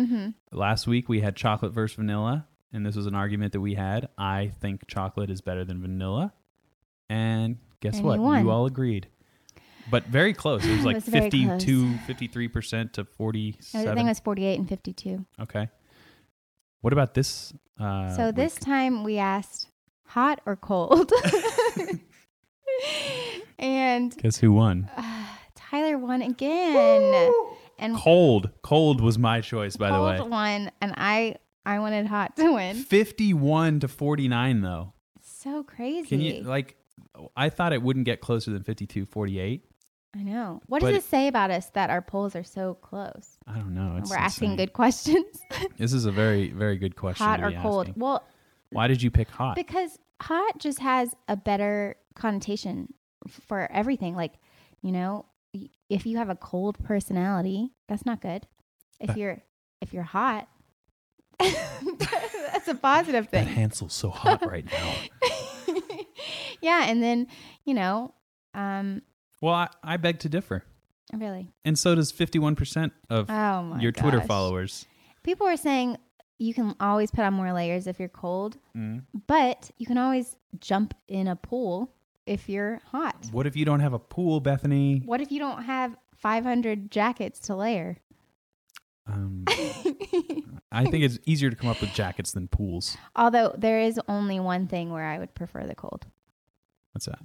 [SPEAKER 1] Last week we had chocolate versus vanilla, and this was an argument that we had. I think chocolate is better than vanilla, and guess
[SPEAKER 2] And you
[SPEAKER 1] what?
[SPEAKER 2] won.
[SPEAKER 1] all agreed. But very close.
[SPEAKER 2] <laughs>
[SPEAKER 1] It was like
[SPEAKER 2] was very close.
[SPEAKER 1] 52, 53% to
[SPEAKER 2] I
[SPEAKER 1] 47.
[SPEAKER 2] think it was 48 and 52.
[SPEAKER 1] okay. What about this? Uh,
[SPEAKER 2] so
[SPEAKER 1] week?
[SPEAKER 2] this time we asked hot
[SPEAKER 1] <laughs>
[SPEAKER 2] or cold. <laughs> and
[SPEAKER 1] Guess who won?
[SPEAKER 2] Uh, Tyler won again. And
[SPEAKER 1] Cold. Cold was my choice, by the way.
[SPEAKER 2] cold won and I I wanted hot to win.
[SPEAKER 1] 51 to 49 though
[SPEAKER 2] So crazy.
[SPEAKER 1] can you like i thought it wouldn't get closer than 52 48
[SPEAKER 2] I know. What
[SPEAKER 1] but-
[SPEAKER 2] does it say about us that our polls are so close?
[SPEAKER 1] i don't know it's
[SPEAKER 2] We're asking
[SPEAKER 1] insane.
[SPEAKER 2] good <laughs> questions.
[SPEAKER 1] this is a very very good question
[SPEAKER 2] hot
[SPEAKER 1] to
[SPEAKER 2] or
[SPEAKER 1] be
[SPEAKER 2] cold?
[SPEAKER 1] asking.
[SPEAKER 2] Well,
[SPEAKER 1] why did you pick hot
[SPEAKER 2] because hot just has a better connotation f- for everything like you know y- if you have a cold personality that's not good if you're if you're hot <laughs> that's a positive
[SPEAKER 1] that
[SPEAKER 2] thing
[SPEAKER 1] hansel's so hot right now
[SPEAKER 2] <laughs> yeah and then you know um
[SPEAKER 1] well I, I beg to differ
[SPEAKER 2] really
[SPEAKER 1] and so does 51% of
[SPEAKER 2] oh my
[SPEAKER 1] your twitter
[SPEAKER 2] gosh.
[SPEAKER 1] followers
[SPEAKER 2] people are saying you can always put on more layers if you're cold
[SPEAKER 1] Mm.
[SPEAKER 2] but you can always jump in a pool if you're hot
[SPEAKER 1] what if you don't have a pool bethany
[SPEAKER 2] What if you don't have 500 jackets to layer? <laughs>
[SPEAKER 1] um, i think it's easier to come up with jackets than pools
[SPEAKER 2] Although there is only one thing where I would prefer the cold <laughs>
[SPEAKER 1] what's that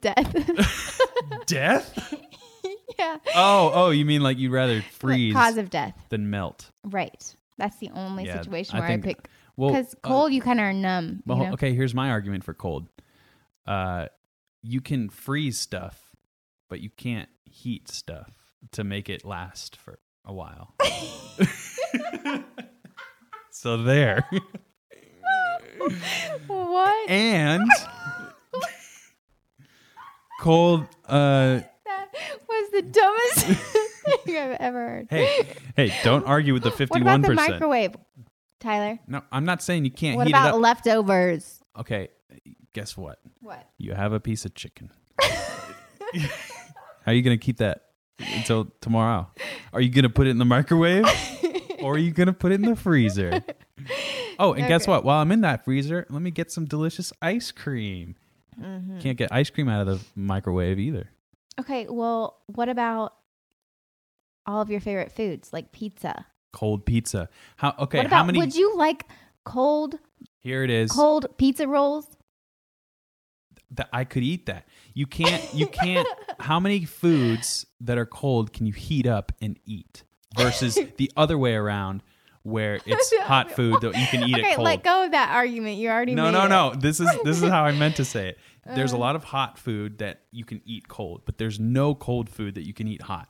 [SPEAKER 2] death.
[SPEAKER 1] <laughs> death
[SPEAKER 2] <laughs> yeah.
[SPEAKER 1] Oh, oh, you mean like you'd rather freeze
[SPEAKER 2] Cause of death.
[SPEAKER 1] than melt?
[SPEAKER 2] Right. That's the only
[SPEAKER 1] Yeah,
[SPEAKER 2] situation
[SPEAKER 1] I
[SPEAKER 2] where
[SPEAKER 1] think-
[SPEAKER 2] I pick.
[SPEAKER 1] Well,
[SPEAKER 2] Because
[SPEAKER 1] uh,
[SPEAKER 2] cold, you kind of are numb.
[SPEAKER 1] well,
[SPEAKER 2] you know?
[SPEAKER 1] okay. Here's my argument for cold. Uh, you can freeze stuff, but you can't heat stuff to make it last for a
[SPEAKER 2] <laughs>
[SPEAKER 1] while. so there.
[SPEAKER 2] What?
[SPEAKER 1] And cold. Uh,
[SPEAKER 2] That was the dumbest <laughs> thing I've ever heard.
[SPEAKER 1] hey, hey! Don't argue with the
[SPEAKER 2] what about
[SPEAKER 1] fifty-one
[SPEAKER 2] the
[SPEAKER 1] percent.
[SPEAKER 2] microwave, Tyler?
[SPEAKER 1] No, I'm not saying you can't
[SPEAKER 2] What
[SPEAKER 1] heat it
[SPEAKER 2] about
[SPEAKER 1] up.
[SPEAKER 2] leftovers?
[SPEAKER 1] okay, guess what?
[SPEAKER 2] What?
[SPEAKER 1] You have a piece of chicken. How are you gonna keep that until tomorrow? Are you gonna put it in the microwave, or are you gonna put it in the freezer? Oh, and guess
[SPEAKER 2] Okay.
[SPEAKER 1] what? While I'm in that freezer, let me get some delicious ice cream.
[SPEAKER 2] Mm-hmm.
[SPEAKER 1] Can't get ice cream out of the microwave either.
[SPEAKER 2] Okay, well, what about all of your favorite foods like pizza?
[SPEAKER 1] Cold pizza. How? Okay,
[SPEAKER 2] what about
[SPEAKER 1] how many?
[SPEAKER 2] would you like cold
[SPEAKER 1] here it is.
[SPEAKER 2] cold pizza rolls?
[SPEAKER 1] that I could eat that. You can't you
[SPEAKER 2] <laughs>
[SPEAKER 1] can't how many foods that are cold can you heat up and eat versus
[SPEAKER 2] <laughs>
[SPEAKER 1] the other way around where it's hot food that you can eat
[SPEAKER 2] okay,
[SPEAKER 1] it cold.
[SPEAKER 2] let go of Um. that argument. You already
[SPEAKER 1] no,
[SPEAKER 2] made
[SPEAKER 1] no,
[SPEAKER 2] it.
[SPEAKER 1] no. This is this is how I meant to say
[SPEAKER 2] <laughs>
[SPEAKER 1] it. There's a lot of hot food that you can eat cold, but there's no cold food that you can eat hot.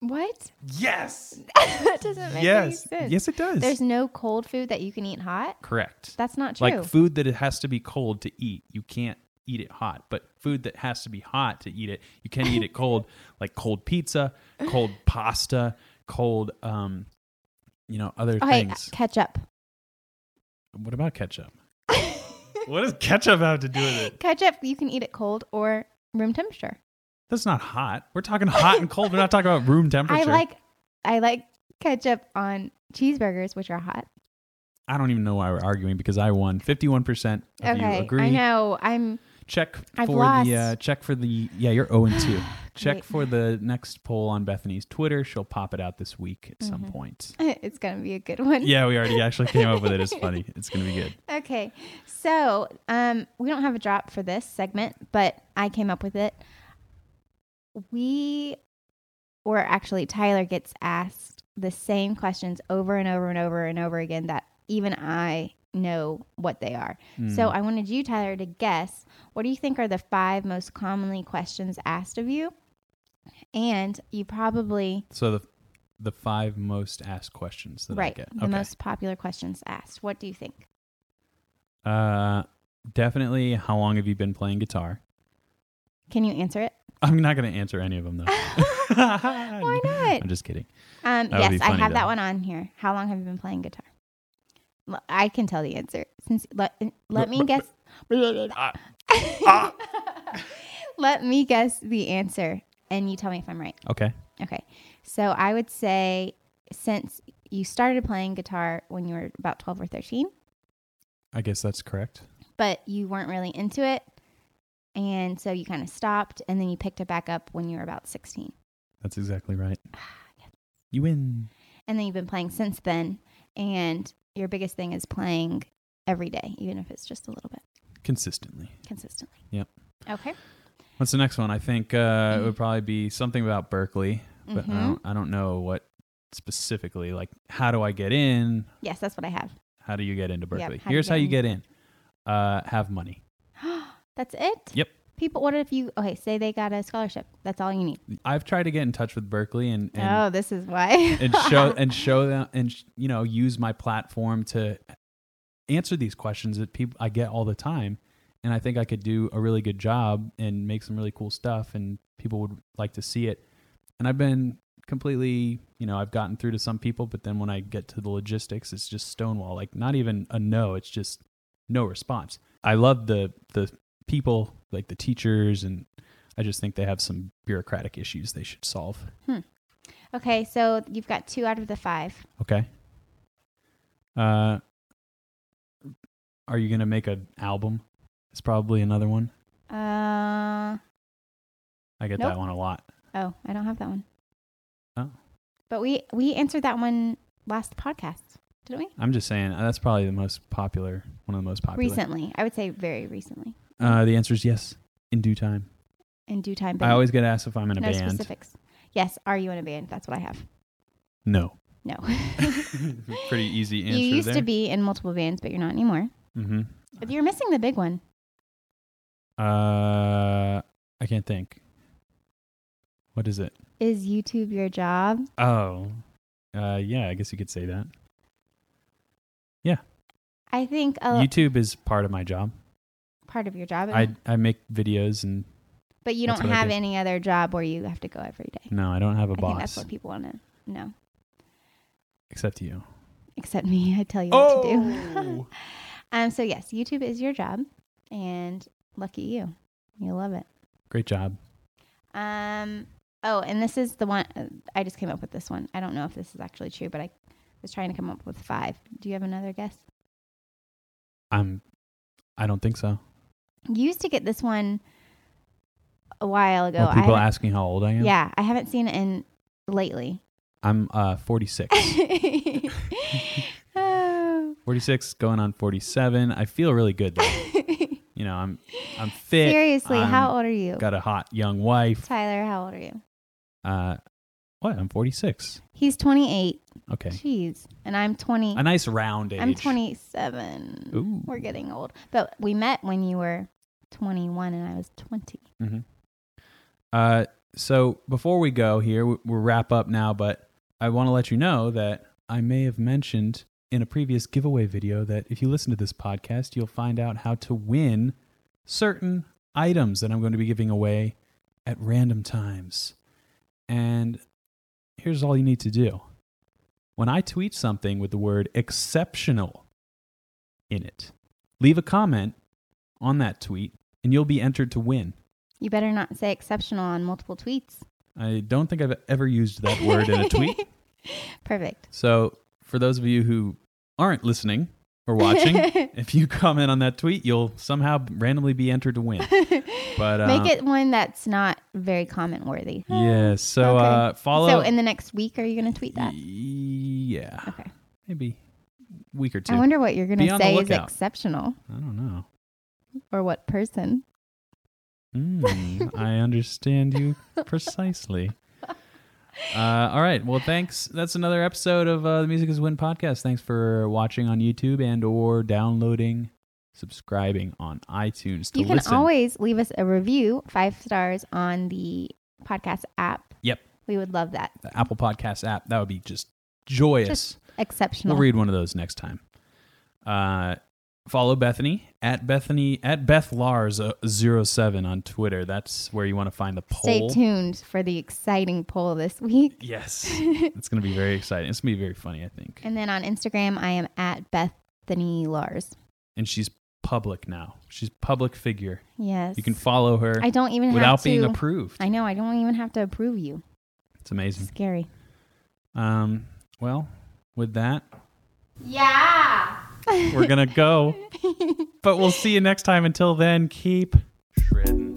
[SPEAKER 2] What? <laughs>
[SPEAKER 6] Yes.
[SPEAKER 2] That doesn't make
[SPEAKER 1] Yes.
[SPEAKER 2] any sense.
[SPEAKER 1] Yes it does.
[SPEAKER 2] There's no cold food that you can eat hot?
[SPEAKER 1] Correct.
[SPEAKER 2] That's not true.
[SPEAKER 1] like food that it has to be cold to eat you can't eat it hot but food that has to be hot to eat it you can eat it
[SPEAKER 2] <laughs>
[SPEAKER 1] cold like cold pizza cold pasta cold um you know other
[SPEAKER 2] okay, uh,
[SPEAKER 1] things
[SPEAKER 2] ketchup.
[SPEAKER 1] what about
[SPEAKER 2] <laughs>
[SPEAKER 1] ketchup what does ketchup have to do with it
[SPEAKER 2] Ketchup, you can eat it cold or room temperature.
[SPEAKER 1] that's not hot we're talking hot and cold we're not talking about room temperature
[SPEAKER 2] <laughs> I like I like ketchup on cheeseburgers, which are hot.
[SPEAKER 1] i don't even know why we're arguing because i won 51% of Oh, you
[SPEAKER 2] okay,
[SPEAKER 1] agree
[SPEAKER 2] I know. I'm <laughs>
[SPEAKER 1] check
[SPEAKER 2] I've
[SPEAKER 1] for
[SPEAKER 2] lost.
[SPEAKER 1] the uh, check for the yeah you're 0 and
[SPEAKER 2] <sighs>
[SPEAKER 1] 2 check
[SPEAKER 2] Great.
[SPEAKER 1] for the next poll on bethany's twitter she'll pop it out this week at
[SPEAKER 2] Mm-hmm.
[SPEAKER 1] some point
[SPEAKER 2] it's gonna be a good one.
[SPEAKER 1] yeah we already actually came up with it it's
[SPEAKER 2] <laughs>
[SPEAKER 1] funny it's gonna be good
[SPEAKER 2] Okay. So um, we don't have a drop for this segment, but I came up with it. We, or actually, Tyler gets asked the same questions over and over and over and over again that even I know what they are.
[SPEAKER 1] Hmm.
[SPEAKER 2] So I wanted you, Tyler, to guess what do you think are the five most commonly questions asked of you? And you probably,
[SPEAKER 1] so the the five most asked questions that i
[SPEAKER 2] right,
[SPEAKER 1] get
[SPEAKER 2] the most popular questions asked. What do you think?
[SPEAKER 1] uh definitely how long have you been playing guitar <laughs>
[SPEAKER 2] Can you answer it?
[SPEAKER 1] i'm not gonna answer any of them
[SPEAKER 2] <laughs>
[SPEAKER 1] though <laughs> why
[SPEAKER 2] not?
[SPEAKER 1] i'm just kidding
[SPEAKER 2] Um,
[SPEAKER 1] That would be
[SPEAKER 2] yes, I
[SPEAKER 1] funny,
[SPEAKER 2] have
[SPEAKER 1] though.
[SPEAKER 2] that one on here. How long have you been playing guitar? L- I can tell the answer. Since let, let me guess. <laughs> let me guess the answer, and you tell me if I'm right.
[SPEAKER 1] okay
[SPEAKER 2] Okay, so I would say since you started playing guitar when you were about 12 or 13,
[SPEAKER 1] i guess that's correct
[SPEAKER 2] but you weren't really into it, and so you kind of stopped, and then you picked it back up when you were about 16.
[SPEAKER 1] that's exactly
[SPEAKER 2] <sighs>
[SPEAKER 1] right you win
[SPEAKER 2] and then you've been playing since then and your biggest thing is playing every day even if it's just a little bit
[SPEAKER 1] consistently
[SPEAKER 2] consistently
[SPEAKER 1] Yep.
[SPEAKER 2] okay
[SPEAKER 1] What's the next one? I think uh,
[SPEAKER 2] Mm-hmm.
[SPEAKER 1] it would probably be something about Berkeley, but uh, I,
[SPEAKER 2] Mhm.
[SPEAKER 1] don't, I don't know what specifically. Like, how do I get in?
[SPEAKER 2] yes that's what i have
[SPEAKER 1] How do you get into
[SPEAKER 2] Yep,
[SPEAKER 1] Berkeley?
[SPEAKER 2] how do you
[SPEAKER 1] Here's
[SPEAKER 2] get
[SPEAKER 1] how you
[SPEAKER 2] in.
[SPEAKER 1] get in. Uh, have money.
[SPEAKER 2] that's it
[SPEAKER 1] Yep.
[SPEAKER 2] people what if you okay say they got a scholarship that's all you need
[SPEAKER 1] I've tried to get in touch with Berkeley and and,
[SPEAKER 2] oh this is why
[SPEAKER 1] and show and show them and sh- you know use my platform to answer these questions that people I get all the time, and I think I could do a really good job and make some really cool stuff, and people would like to see it. and I've been completely, you know, I've gotten through to some people, but then when I get to the logistics, it's just stonewall. Like not even a no, it's just no response. I love the the people, like the teachers, and I just think they have some bureaucratic issues they should solve.
[SPEAKER 2] <laughs> okay so you've got two out of the five
[SPEAKER 1] Okay. Uh, are you gonna make an album? It's probably another one.
[SPEAKER 2] uh
[SPEAKER 1] I get that
[SPEAKER 2] Nope.
[SPEAKER 1] one a lot.
[SPEAKER 2] oh i don't have that one.
[SPEAKER 1] Oh.
[SPEAKER 2] but we we answered that one last podcast didn't we
[SPEAKER 1] I'm just saying uh, that's probably the most popular, one of the most popular.
[SPEAKER 2] recently i would say very recently
[SPEAKER 1] Uh, the answer is yes. In due time.
[SPEAKER 2] in due time.
[SPEAKER 1] I always get asked if I'm in a
[SPEAKER 2] no
[SPEAKER 1] band.
[SPEAKER 2] specifics. Yes, are you in a band? That's what I have. <laughs>
[SPEAKER 1] No. <laughs>
[SPEAKER 2] No.
[SPEAKER 1] Pretty easy answer
[SPEAKER 2] <laughs> you used
[SPEAKER 1] there.
[SPEAKER 2] to be in multiple bands, but you're not anymore.
[SPEAKER 1] hmm
[SPEAKER 2] But you're missing the big one.
[SPEAKER 1] Uh, I can't think. What is it?
[SPEAKER 2] Is YouTube your job?
[SPEAKER 1] Oh, uh, yeah. I guess you could say that.
[SPEAKER 2] I think a
[SPEAKER 1] YouTube is part of my job.
[SPEAKER 2] part of your job.
[SPEAKER 1] I I make videos and
[SPEAKER 2] but you
[SPEAKER 1] that's
[SPEAKER 2] don't
[SPEAKER 1] what I
[SPEAKER 2] have
[SPEAKER 1] do.
[SPEAKER 2] any other job where you have to go every day.
[SPEAKER 1] no, I don't have a
[SPEAKER 2] I think that's
[SPEAKER 1] boss
[SPEAKER 2] what people want to know.
[SPEAKER 1] except you.
[SPEAKER 2] Except me, I tell you what to
[SPEAKER 1] Oh!
[SPEAKER 2] do. <laughs> um. So yes, YouTube is your job, and lucky you, you love it.
[SPEAKER 1] Great job.
[SPEAKER 2] Um. Oh, and this is the one uh, I just came up with. This one. I don't know if this is actually true, but I was trying to come up with five. Do you have another guess?
[SPEAKER 1] I'm. I don't think so.
[SPEAKER 2] You used to get this one a while ago.
[SPEAKER 1] Well, people
[SPEAKER 2] I haven't-
[SPEAKER 1] ask me how old I am.
[SPEAKER 2] yeah, I haven't seen it in lately. <laughs>
[SPEAKER 1] I'm uh 46.
[SPEAKER 2] Oh. <laughs>
[SPEAKER 1] 46 going on 47. I feel really good though. you know, I'm I'm fit.
[SPEAKER 2] Seriously,
[SPEAKER 1] I'm-
[SPEAKER 2] how old are you?
[SPEAKER 1] um, Got a hot young wife.
[SPEAKER 2] Tyler, how old are you?
[SPEAKER 1] Uh what? I'm 46.
[SPEAKER 2] He's 28.
[SPEAKER 1] Okay.
[SPEAKER 2] Jeez. And I'm 20.
[SPEAKER 1] A nice round age.
[SPEAKER 2] I'm 27.
[SPEAKER 1] Ooh.
[SPEAKER 2] We're getting old. But we met when you were 21 and I was 20.
[SPEAKER 1] Uh, so before we go here, w- we'll wrap up now, but I want to let you know that I may have mentioned in a previous giveaway video that if you listen to this podcast, you'll find out how to win certain items that I'm going to be giving away at random times. And here's all you need to do when I tweet something with the word exceptional in it, leave a comment on that tweet and you'll be entered to win.
[SPEAKER 2] You better not say exceptional on multiple tweets.
[SPEAKER 1] I don't think I've ever used that word in a
[SPEAKER 2] <laughs>
[SPEAKER 1] tweet.
[SPEAKER 2] Perfect.
[SPEAKER 1] So, for those of you who aren't listening or
[SPEAKER 2] <laughs>
[SPEAKER 1] watching, if you comment on that tweet, you'll somehow randomly be entered to
[SPEAKER 2] <laughs>
[SPEAKER 1] win. But uh,
[SPEAKER 2] Make it one that's not very comment worthy.
[SPEAKER 1] Yeah. So
[SPEAKER 2] Okay.
[SPEAKER 1] uh, follow.
[SPEAKER 2] So in the next week, are you going to tweet that?
[SPEAKER 1] yeah.
[SPEAKER 2] Okay.
[SPEAKER 1] Maybe week or two.
[SPEAKER 2] I wonder what you're going
[SPEAKER 1] Be
[SPEAKER 2] to
[SPEAKER 1] on the
[SPEAKER 2] say is
[SPEAKER 1] lookout.
[SPEAKER 2] exceptional
[SPEAKER 1] I don't know.
[SPEAKER 2] or what person.
[SPEAKER 1] Mm, I understand you precisely. Uh, all right. Well, thanks. That's another episode of uh, the Music Is Win podcast. Thanks for watching on YouTube and or downloading, subscribing on iTunes to
[SPEAKER 2] you can
[SPEAKER 1] listen.
[SPEAKER 2] always leave us a review, five stars on the podcast app.
[SPEAKER 1] Yep.
[SPEAKER 2] We would love that.
[SPEAKER 1] the Apple Podcast app. That would be just joyous.
[SPEAKER 2] Just exceptional.
[SPEAKER 1] we'll read one of those next time. Uh, follow Bethany at Bethany at Beth Lars 07 on Twitter. That's where you want to find the
[SPEAKER 2] Stay
[SPEAKER 1] poll.
[SPEAKER 2] tuned for the exciting poll this <laughs> week.
[SPEAKER 1] Yes, it's going to be very exciting. It's going to be very funny, I think.
[SPEAKER 2] And then on Instagram, I am at Bethany Lars.
[SPEAKER 1] and she's public now. She's public figure.
[SPEAKER 2] Yes.
[SPEAKER 1] You can follow her
[SPEAKER 2] I don't even have
[SPEAKER 1] without
[SPEAKER 2] to.
[SPEAKER 1] being approved.
[SPEAKER 2] I know. I don't even have to approve you.
[SPEAKER 1] It's amazing.
[SPEAKER 2] Scary.
[SPEAKER 1] Um, well, with that,
[SPEAKER 2] Yeah. <laughs>
[SPEAKER 1] we're gonna go. but we'll see you next time. Until then, keep shredding.